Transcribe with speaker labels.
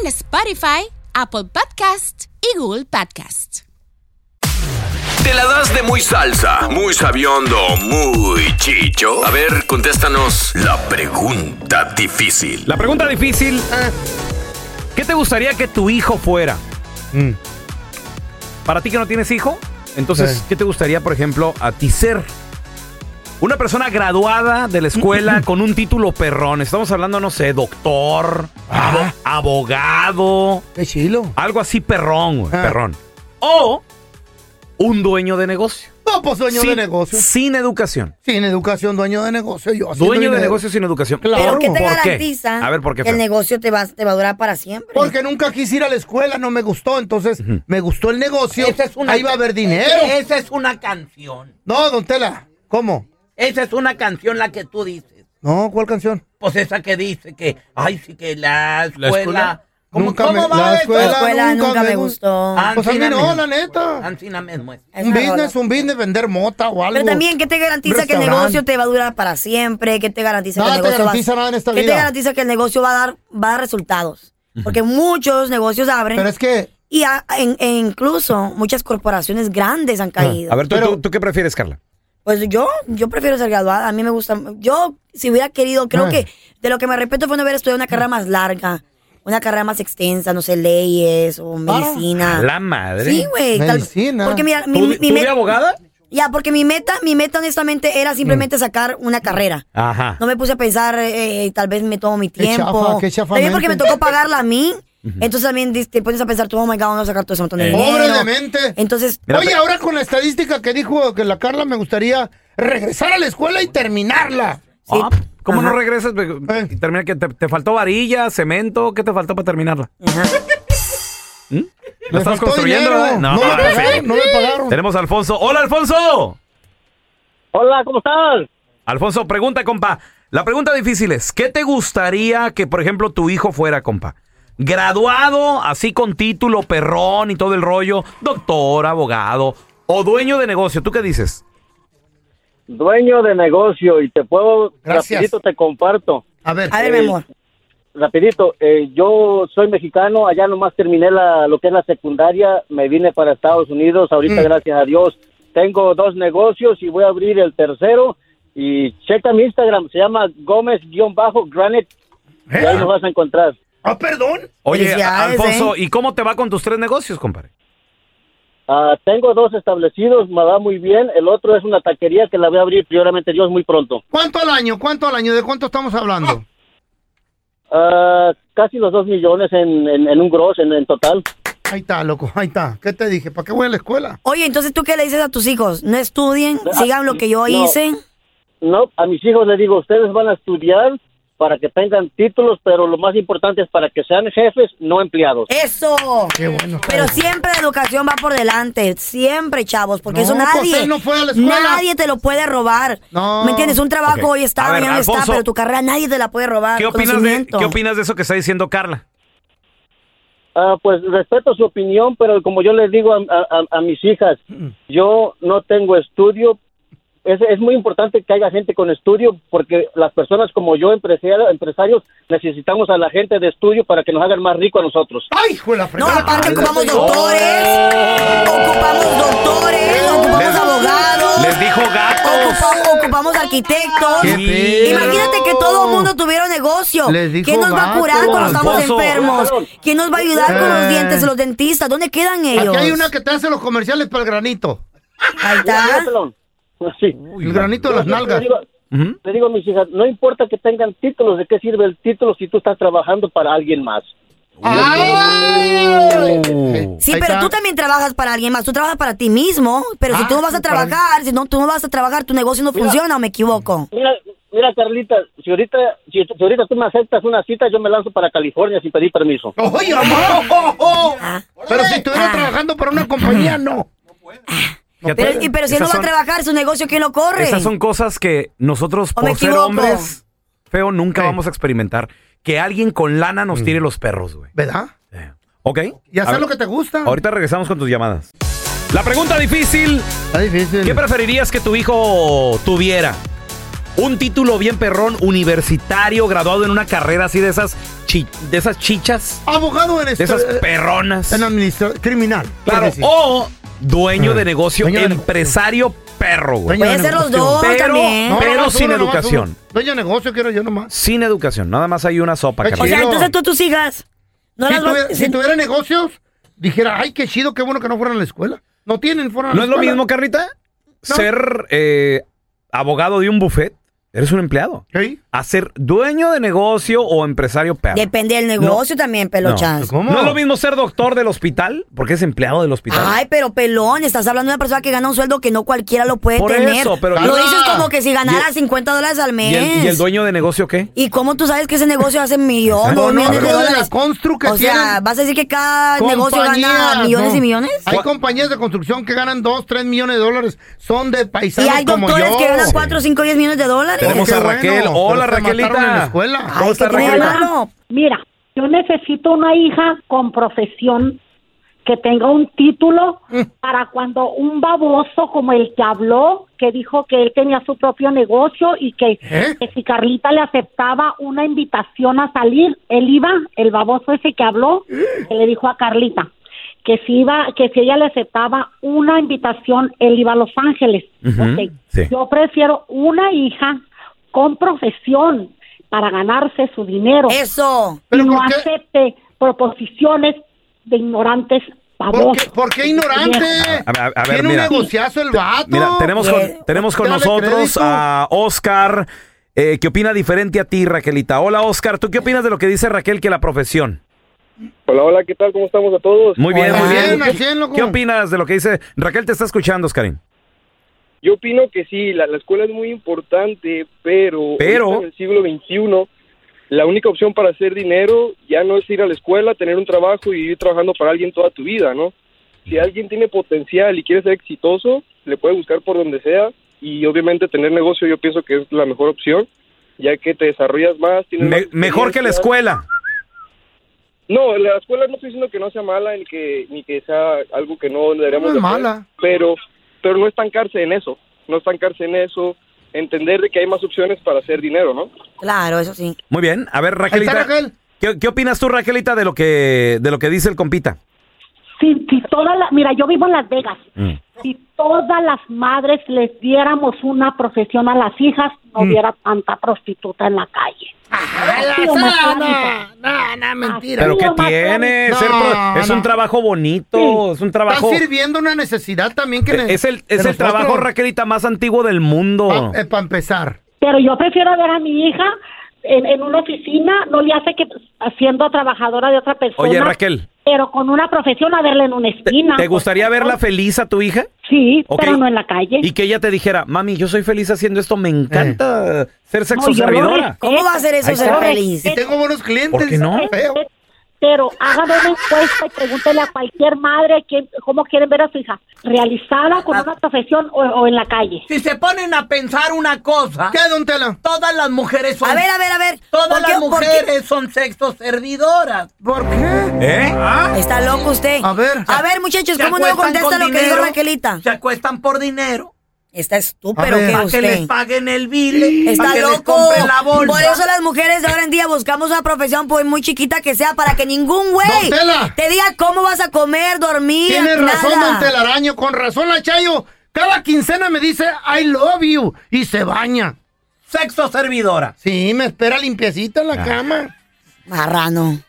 Speaker 1: en Spotify, Apple Podcast y Google Podcast.
Speaker 2: ¿Te la das de muy salsa, muy sabiondo, muy chicho? A ver, contéstanos la pregunta difícil.
Speaker 3: La pregunta difícil. ah, ¿Qué te gustaría que tu hijo fuera? Mm. Para ti que no tienes hijo, entonces,
Speaker 4: Sí.
Speaker 3: ¿qué te gustaría, por ejemplo, a ti ser? Una persona graduada de la escuela con un título perrón. Estamos hablando, no sé, doctor,
Speaker 4: Ah.
Speaker 3: abo- abogado,
Speaker 4: Qué chilo.
Speaker 3: algo así perrón, güey,
Speaker 4: Ah.
Speaker 3: perrón. O un dueño de negocio.
Speaker 4: No, pues dueño de
Speaker 3: Sin-
Speaker 4: negocio.
Speaker 3: Sin educación.
Speaker 4: Sin educación, dueño de negocio. Yo haciendo
Speaker 3: Dueño de
Speaker 4: dinero.
Speaker 3: negocio sin educación.
Speaker 4: Claro.
Speaker 5: Pero ¿qué te
Speaker 3: ¿Por
Speaker 5: garantiza
Speaker 3: A ver, ¿por qué?
Speaker 5: que el
Speaker 3: Fer?
Speaker 5: negocio te va, te va a durar para siempre?
Speaker 4: Porque nunca quise ir a la escuela, no me gustó. Entonces, me gustó el negocio.
Speaker 6: Esa es una-
Speaker 4: Ahí va a haber dinero.
Speaker 6: Esa es una canción.
Speaker 4: No, don Tela. ¿Cómo?
Speaker 6: Esa es una canción la que tú dices.
Speaker 4: No, ¿cuál canción?
Speaker 6: Pues esa que dice que, ay, sí que la escuela.
Speaker 3: escuela?
Speaker 6: ¿Cómo,
Speaker 4: Nunca me-
Speaker 6: cómo va
Speaker 4: la
Speaker 6: eso?
Speaker 5: La
Speaker 4: escuela-
Speaker 5: escuela
Speaker 4: nunca
Speaker 5: nunca,
Speaker 4: me
Speaker 5: me
Speaker 4: gustó.
Speaker 5: gustó.
Speaker 6: Ah,
Speaker 4: Pues a mí
Speaker 6: Ancina
Speaker 4: no,
Speaker 6: me-
Speaker 4: la neta.
Speaker 6: Ancina mismo es.
Speaker 5: Es
Speaker 4: un
Speaker 5: una
Speaker 4: business,
Speaker 5: rola.
Speaker 4: un business, vender mota o algo.
Speaker 5: Pero también, ¿qué te garantiza que el
Speaker 4: Restaurante.
Speaker 5: negocio te va a durar para siempre? ¿Qué te garantiza
Speaker 4: Nada
Speaker 5: que el
Speaker 4: te
Speaker 5: negocio va-
Speaker 4: garantiza nada en esta
Speaker 5: ¿Qué
Speaker 4: vida?
Speaker 5: te garantiza que el negocio va a dar, va a dar resultados? Porque muchos negocios abren
Speaker 4: Pero es que
Speaker 5: y a- en- e incluso muchas corporaciones grandes han caído.
Speaker 3: A ver, ¿tú,
Speaker 4: Pero-
Speaker 3: tú- tú qué prefieres, Carla?
Speaker 5: Pues yo, yo prefiero ser graduada. A mí me gusta. Yo, si hubiera querido, creo
Speaker 4: Ah.
Speaker 5: que de lo que me respeto fue no haber estudiado una carrera más larga, una carrera más extensa, no sé, leyes o medicina.
Speaker 3: La madre.
Speaker 5: Sí, güey. tal-
Speaker 4: Medicina.
Speaker 5: Porque mira, mi,
Speaker 3: ¿Tú,
Speaker 5: mi
Speaker 3: tú de
Speaker 5: meta-
Speaker 3: abogada?
Speaker 5: Ya, porque mi meta, mi meta honestamente era
Speaker 4: Mm.
Speaker 5: simplemente sacar una carrera.
Speaker 3: Ajá.
Speaker 5: No me puse a pensar, eh, eh, tal vez me tomo mi
Speaker 4: Qué
Speaker 5: tiempo.
Speaker 4: chafa, qué chafa
Speaker 5: también porque me
Speaker 4: mente.
Speaker 5: tocó pagarla a mí. Entonces también dis- te pones a pensar, tú, oh my god, vamos a sacar todo ese montón de
Speaker 3: Eh.
Speaker 5: dinero.
Speaker 4: Pobre de mente.
Speaker 5: Entonces,
Speaker 3: Mira,
Speaker 4: Oye,
Speaker 3: pero-
Speaker 4: ahora con la estadística que dijo que la Carla me gustaría regresar a la escuela y terminarla.
Speaker 5: sí.
Speaker 3: Ah, ¿Cómo no
Speaker 5: Ajá.
Speaker 3: regresas?
Speaker 4: Eh.
Speaker 3: Y termina que te, te faltó varilla, cemento, ¿qué te faltó para terminarla? ¿Mm? ¿Lo
Speaker 4: Me
Speaker 3: estás
Speaker 4: faltó
Speaker 3: construyendo?
Speaker 4: dinero.
Speaker 3: eh?
Speaker 4: No, me pagaron, no me pagaron.
Speaker 3: Tenemos a Alfonso. ¡Hola, Alfonso!
Speaker 7: Hola, ¿cómo estás?
Speaker 3: Alfonso, pregunta, compa. La pregunta difícil es, ¿qué te gustaría que, por ejemplo, tu hijo fuera, compa? Graduado, así con título, perrón y todo el rollo, doctor, abogado o dueño de negocio. ¿Tú qué dices?
Speaker 7: Dueño de negocio y te puedo,
Speaker 4: Gracias.
Speaker 7: rapidito te comparto.
Speaker 4: A ver,
Speaker 5: A ver, mi amor.
Speaker 7: Rapidito, eh, yo soy mexicano, allá nomás terminé la, lo que es la secundaria, me vine para Estados Unidos, ahorita
Speaker 4: Mm.
Speaker 7: gracias a Dios tengo dos negocios y voy a abrir el tercero y checa mi Instagram, se llama Gómez-Granite y ahí nos vas a encontrar.
Speaker 4: ah, perdón.
Speaker 3: Oye,
Speaker 5: Felicidades, ¿eh?
Speaker 3: Alfonso, ¿y cómo te va con tus tres negocios, compadre?
Speaker 7: Ah, tengo dos establecidos, me va muy bien, el otro es una taquería que la voy a abrir prioramente Dios muy pronto.
Speaker 4: ¿Cuánto al año? ¿Cuánto al año? ¿De cuánto estamos hablando?
Speaker 7: Ah, casi los dos millones en, en- en un gross, en- en total.
Speaker 4: Ahí está, loco, ahí está. ¿Qué te dije? ¿Para qué voy a la escuela?
Speaker 5: Oye, entonces, ¿tú qué le dices a tus hijos? No estudien,
Speaker 7: Ah,
Speaker 5: sigan lo que yo
Speaker 7: no.
Speaker 5: hice.
Speaker 7: No, a mis hijos les digo, ustedes van a estudiar para que tengan títulos, pero lo más importante es para que sean jefes, no empleados.
Speaker 5: ¡Eso!
Speaker 4: Qué bueno.
Speaker 5: Pero siempre la educación va por delante, siempre, chavos, porque
Speaker 4: No,
Speaker 5: eso
Speaker 4: pues
Speaker 5: nadie,
Speaker 4: él no fue a la escuela.
Speaker 5: nadie te lo puede robar.
Speaker 4: No.
Speaker 5: ¿Me entiendes? Un trabajo
Speaker 3: Ok.
Speaker 5: hoy está,
Speaker 3: A ver,
Speaker 5: mañana no está,
Speaker 3: Alfonso,
Speaker 5: pero tu carrera nadie te la puede robar.
Speaker 3: ¿Qué opinas, de,
Speaker 5: Conocimiento.
Speaker 3: ¿Qué opinas de eso que está diciendo Carla?
Speaker 7: Ah, pues respeto su opinión, pero como yo les digo a, a- a mis hijas,
Speaker 5: Mm.
Speaker 7: yo no tengo estudio. Es, es muy importante que haya gente con estudio porque las personas como yo, empresario- empresarios, necesitamos a la gente de estudio para que nos hagan más rico a nosotros.
Speaker 4: ¡Ay, hijo de Oh. la
Speaker 5: No,
Speaker 4: fregada!
Speaker 5: aparte ocupamos doctores, ocupamos doctores, ocupamos abogados,
Speaker 3: Les dijo gatos.
Speaker 5: Ocupa- ocupamos arquitectos.
Speaker 4: Qué pedo.
Speaker 5: Imagínate que todo el mundo tuviera un negocio.
Speaker 4: Les dijo
Speaker 5: ¿Quién nos va a curar
Speaker 4: gato.
Speaker 5: cuando estamos
Speaker 3: Esposo.
Speaker 5: enfermos? ¿Quién nos va a ayudar con
Speaker 4: Eh.
Speaker 5: los dientes, los dentistas? ¿Dónde quedan ellos?
Speaker 4: Aquí hay una que te hace los comerciales para el granito.
Speaker 5: Ahí
Speaker 7: Ya,
Speaker 5: está.
Speaker 7: ya, pelón. Sí.
Speaker 4: El granito de
Speaker 7: Yo
Speaker 4: las
Speaker 7: siempre
Speaker 4: nalgas.
Speaker 7: digo-
Speaker 3: Ujú.
Speaker 7: Le digo a mis hijas, no importa que tengan títulos, ¿de qué sirve el título si tú estás trabajando para alguien más?
Speaker 5: Sí,
Speaker 4: Ahí
Speaker 5: pero
Speaker 4: está.
Speaker 5: tú también trabajas para alguien más. Tú trabajas para ti mismo. Pero si
Speaker 4: Ah,
Speaker 5: tú no vas a
Speaker 4: sí, para mí.
Speaker 5: trabajar, si no, tú no vas a trabajar, tu negocio no funciona, ¿o me equivoco?
Speaker 7: Mira, mira Carlita, si ahorita, si, si ahorita tú me aceptas una cita, yo me lanzo para California sin pedir permiso.
Speaker 4: ¡Oye, amor!
Speaker 5: Ah.
Speaker 4: Pero si estuviera
Speaker 5: Ah.
Speaker 4: trabajando para una compañía, no.
Speaker 3: Fíjate,
Speaker 5: Pero, y- pero si él no
Speaker 3: esas
Speaker 5: va a
Speaker 3: son-
Speaker 5: trabajar, su negocio, ¿quién lo corre?
Speaker 3: Esas son cosas que nosotros,
Speaker 5: ¿O
Speaker 3: por
Speaker 5: me
Speaker 3: ser
Speaker 5: equivoco?
Speaker 3: hombres, feo, nunca
Speaker 4: Sí.
Speaker 3: vamos a experimentar. Que alguien con lana nos tire los perros, güey.
Speaker 4: ¿Verdad?
Speaker 3: Eh, Mm. ¿Ok?
Speaker 4: Y
Speaker 3: A
Speaker 4: hacer
Speaker 3: ver,
Speaker 4: lo que te gusta.
Speaker 3: Ahorita regresamos con tus llamadas. La pregunta difícil,
Speaker 4: Está difícil.
Speaker 3: ¿qué preferirías que tu hijo tuviera? Un título bien perrón, universitario, graduado en una carrera así de esas, chi- de esas chichas,
Speaker 4: Abogado en
Speaker 3: de
Speaker 4: esto.
Speaker 3: esas
Speaker 4: eh,
Speaker 3: perronas.
Speaker 4: En administración criminal.
Speaker 3: Claro,
Speaker 4: Porque sí.
Speaker 3: o dueño de
Speaker 4: Ah,
Speaker 3: negocio,
Speaker 4: dueño de negocio.
Speaker 3: empresario perro, güey.
Speaker 4: Dueño de
Speaker 5: Puede ser los
Speaker 4: negocio.
Speaker 5: dos
Speaker 3: Pero-
Speaker 5: también.
Speaker 3: no. pero
Speaker 4: nomás
Speaker 3: sin
Speaker 4: uno, nomás
Speaker 3: educación.
Speaker 4: uno. Dueño de negocio quiero yo nomás.
Speaker 3: Sin educación, nada más hay una sopa,
Speaker 4: Qué
Speaker 5: O
Speaker 3: carnal.
Speaker 5: sea,
Speaker 4: Quiero.
Speaker 5: entonces tú a tus hijas no
Speaker 4: si,
Speaker 5: las vas-
Speaker 4: tuviera, si
Speaker 5: si-
Speaker 4: tuviera negocios, dijera, ay, qué chido, qué bueno que no fueran a la escuela. No tienen, fueron a la
Speaker 3: ¿No es lo
Speaker 4: escuela.
Speaker 3: mismo, Carlita?
Speaker 4: No.
Speaker 3: Ser eh, abogado de un buffet, eres un empleado.
Speaker 4: ¿Sí?
Speaker 3: A ser dueño de negocio o empresario perro.
Speaker 5: Depende del negocio también, pelochas.
Speaker 4: ¿Cómo?
Speaker 3: No es lo mismo ser doctor del hospital, porque es empleado del hospital.
Speaker 5: Ay, pero pelón, estás hablando de una persona que gana un sueldo que no cualquiera lo puede
Speaker 3: Por
Speaker 5: tener.
Speaker 3: eso, pero-
Speaker 5: lo dices
Speaker 4: Ah.
Speaker 5: como que si ganara 50 dólares al mes.
Speaker 3: ¿Y, el, y el dueño de negocio qué?
Speaker 5: ¿Y cómo tú sabes que ese negocio hace millones,
Speaker 4: Exacto.
Speaker 5: millones
Speaker 4: No,
Speaker 5: de
Speaker 4: no,
Speaker 5: dólares?
Speaker 4: la constru que
Speaker 5: o sea,
Speaker 4: tienen
Speaker 5: ¿vas a decir que cada negocio gana
Speaker 4: Compañías,
Speaker 5: millones
Speaker 4: no.
Speaker 5: y millones?
Speaker 4: Hay
Speaker 3: Cu-
Speaker 4: compañías de construcción que ganan 2, 3 millones de dólares. Son de
Speaker 5: Y
Speaker 4: paisanos
Speaker 5: hay
Speaker 4: como
Speaker 5: doctores
Speaker 4: yo.
Speaker 5: que ganan 4, 5, 10 millones de dólares.
Speaker 3: Tenemos
Speaker 4: qué
Speaker 3: a
Speaker 4: bueno,
Speaker 3: Raquel.
Speaker 4: pero
Speaker 3: Hola,
Speaker 4: se
Speaker 3: Raquelita.
Speaker 4: mataron en la escuela.
Speaker 3: ¿Cómo
Speaker 5: Ay,
Speaker 3: está,
Speaker 5: ¿qué tiene de
Speaker 3: Raquelita?
Speaker 5: malo?
Speaker 8: Mira, yo necesito una hija con profesión que tenga un título
Speaker 3: Mm.
Speaker 8: para cuando un baboso como el que habló, que dijo que él tenía su propio negocio y que,
Speaker 4: ¿Eh?
Speaker 8: que si Carlita le aceptaba una invitación a salir, él iba, el baboso ese que habló,
Speaker 3: ¿Eh?
Speaker 8: que le dijo a Carlita que si iba, que si ella le aceptaba una invitación, él iba a Los Ángeles.
Speaker 3: Ujú,
Speaker 8: Ok.
Speaker 3: sí.
Speaker 8: Yo prefiero una hija con profesión para ganarse su dinero
Speaker 5: Eso.
Speaker 4: ¿Pero
Speaker 8: y no
Speaker 4: por qué?
Speaker 8: acepte proposiciones de ignorantes
Speaker 4: ¿Por
Speaker 8: babosos.
Speaker 4: qué, por qué ignorante?
Speaker 3: A- a- a ver,
Speaker 4: Tiene
Speaker 3: mira.
Speaker 4: un negociazo el vato.
Speaker 3: Mira, tenemos
Speaker 5: Bien.
Speaker 3: con, tenemos con
Speaker 4: Dale
Speaker 3: nosotros
Speaker 4: pues, crédito.
Speaker 3: a Oscar, eh, que opina diferente a ti, Raquelita. Hola, Oscar. ¿Tú qué opinas de lo que dice Raquel que la profesión?
Speaker 7: Hola, hola, ¿qué tal? ¿Cómo estamos a todos?
Speaker 3: Muy bien,
Speaker 4: Hola.
Speaker 3: muy bien.
Speaker 4: Bien, así es, loco.
Speaker 3: ¿Qué opinas de lo que dice Raquel? Te está escuchando, Oscarín.
Speaker 7: Yo opino que sí, la, la escuela es muy importante, pero,
Speaker 3: Pero-
Speaker 7: ahorita en el siglo XXI la única opción para hacer dinero ya no es ir a la escuela, tener un trabajo y vivir trabajando para alguien toda tu vida, ¿no? Si alguien tiene potencial y quiere ser exitoso, le puede buscar por donde sea y obviamente tener negocio yo pienso que es la mejor opción, ya que te desarrollas más. Tienes
Speaker 3: Me-
Speaker 7: más
Speaker 3: mejor que la
Speaker 7: experiencia.
Speaker 3: escuela.
Speaker 7: No, la escuela no estoy diciendo que no sea mala ni que, ni que sea algo que no
Speaker 4: No
Speaker 7: deberíamos
Speaker 4: es
Speaker 7: de hacer,
Speaker 4: mala.
Speaker 7: pero pero no estancarse en eso, no estancarse en eso, entender de que hay más opciones para hacer dinero, ¿no?
Speaker 5: Claro, eso sí.
Speaker 3: Muy bien. A ver,
Speaker 4: Ahí está
Speaker 3: Raquelita.
Speaker 4: Raquel.
Speaker 3: ¿Qué, qué opinas tú, Raquelita, de lo que de lo que dice el compita?
Speaker 8: Si, si toda la, mira, yo vivo en Las Vegas.
Speaker 3: Mm.
Speaker 8: Si todas las madres les diéramos una profesión a las hijas, no
Speaker 3: Mm.
Speaker 8: hubiera tanta prostituta en la calle. Así o más
Speaker 4: No,
Speaker 8: clarito.
Speaker 4: no, no, mentira.
Speaker 3: Pero
Speaker 8: Sí,
Speaker 3: qué
Speaker 8: mamá,
Speaker 3: tiene,
Speaker 4: no,
Speaker 3: Ser pro- es
Speaker 4: no.
Speaker 3: un trabajo bonito, es un
Speaker 4: Está
Speaker 3: trabajo
Speaker 4: sirviendo una necesidad también que... ne-
Speaker 3: E- es el
Speaker 4: de
Speaker 3: es el
Speaker 4: nosotros.
Speaker 3: trabajo Raquelita más antiguo del mundo.
Speaker 4: Pa- eh, Para empezar.
Speaker 8: Pero yo prefiero ver a mi hija en, en una oficina, no le hace que siendo trabajadora de otra persona.
Speaker 3: Oye, Raquel.
Speaker 8: Pero con una profesión a verla en una
Speaker 3: ¿Te,
Speaker 8: esquina.
Speaker 3: te gustaría
Speaker 8: por
Speaker 3: verla
Speaker 8: favor.
Speaker 3: feliz a tu hija?
Speaker 8: pues, Sí,
Speaker 3: Ok.
Speaker 8: pero no en la calle.
Speaker 3: Y que ella te dijera, mami, yo soy feliz haciendo esto, me
Speaker 4: Eh.
Speaker 3: encanta ser sexo
Speaker 8: No, yo lo
Speaker 3: servidora.
Speaker 8: respeto.
Speaker 5: ¿Cómo va a hacer eso
Speaker 3: Ahí
Speaker 5: ser
Speaker 3: está.
Speaker 5: feliz?
Speaker 4: Y tengo buenos clientes.
Speaker 3: ¿Por qué no?
Speaker 4: Feo.
Speaker 8: Pero hágame una encuesta y pregúntele a cualquier madre quién- cómo quieren ver a su hija, realizada con una profesión o, o en la calle.
Speaker 6: Si se ponen a pensar una cosa,
Speaker 4: ¿Qué, don Tela?
Speaker 6: todas las mujeres son
Speaker 5: A ver, a ver, a ver.
Speaker 6: todas
Speaker 5: ¿Por qué-
Speaker 6: las
Speaker 5: por qué-
Speaker 6: mujeres son sexo servidoras.
Speaker 4: ¿Por qué?
Speaker 3: ¿Eh?
Speaker 5: Está loco usted.
Speaker 4: A ver.
Speaker 5: A ver, muchachos,
Speaker 6: Se
Speaker 5: ¿cómo no
Speaker 6: acuestan
Speaker 5: contesta
Speaker 6: con
Speaker 5: lo que dijo
Speaker 6: dinero,
Speaker 5: Raquelita?
Speaker 6: Se acuestan por dinero.
Speaker 5: Está
Speaker 4: A
Speaker 5: estúpido
Speaker 4: ver.
Speaker 5: que
Speaker 6: Para que les
Speaker 5: usted.
Speaker 6: paguen el bill.
Speaker 5: Está
Speaker 6: para que les
Speaker 5: loco.
Speaker 6: compren la bolsa.
Speaker 5: Por eso las mujeres de ahora en día buscamos una profesión pues muy chiquita que sea para que ningún güey
Speaker 4: Don Tela.
Speaker 5: te diga cómo vas a comer, dormir,
Speaker 4: Tienes
Speaker 5: nada.
Speaker 4: razón, don Telaraño. Con razón, la Chayo Cada quincena me dice I love you y se baña.
Speaker 6: Sexo servidora.
Speaker 4: Ah. Sí, me espera limpiecita en la cama.
Speaker 5: Marrano.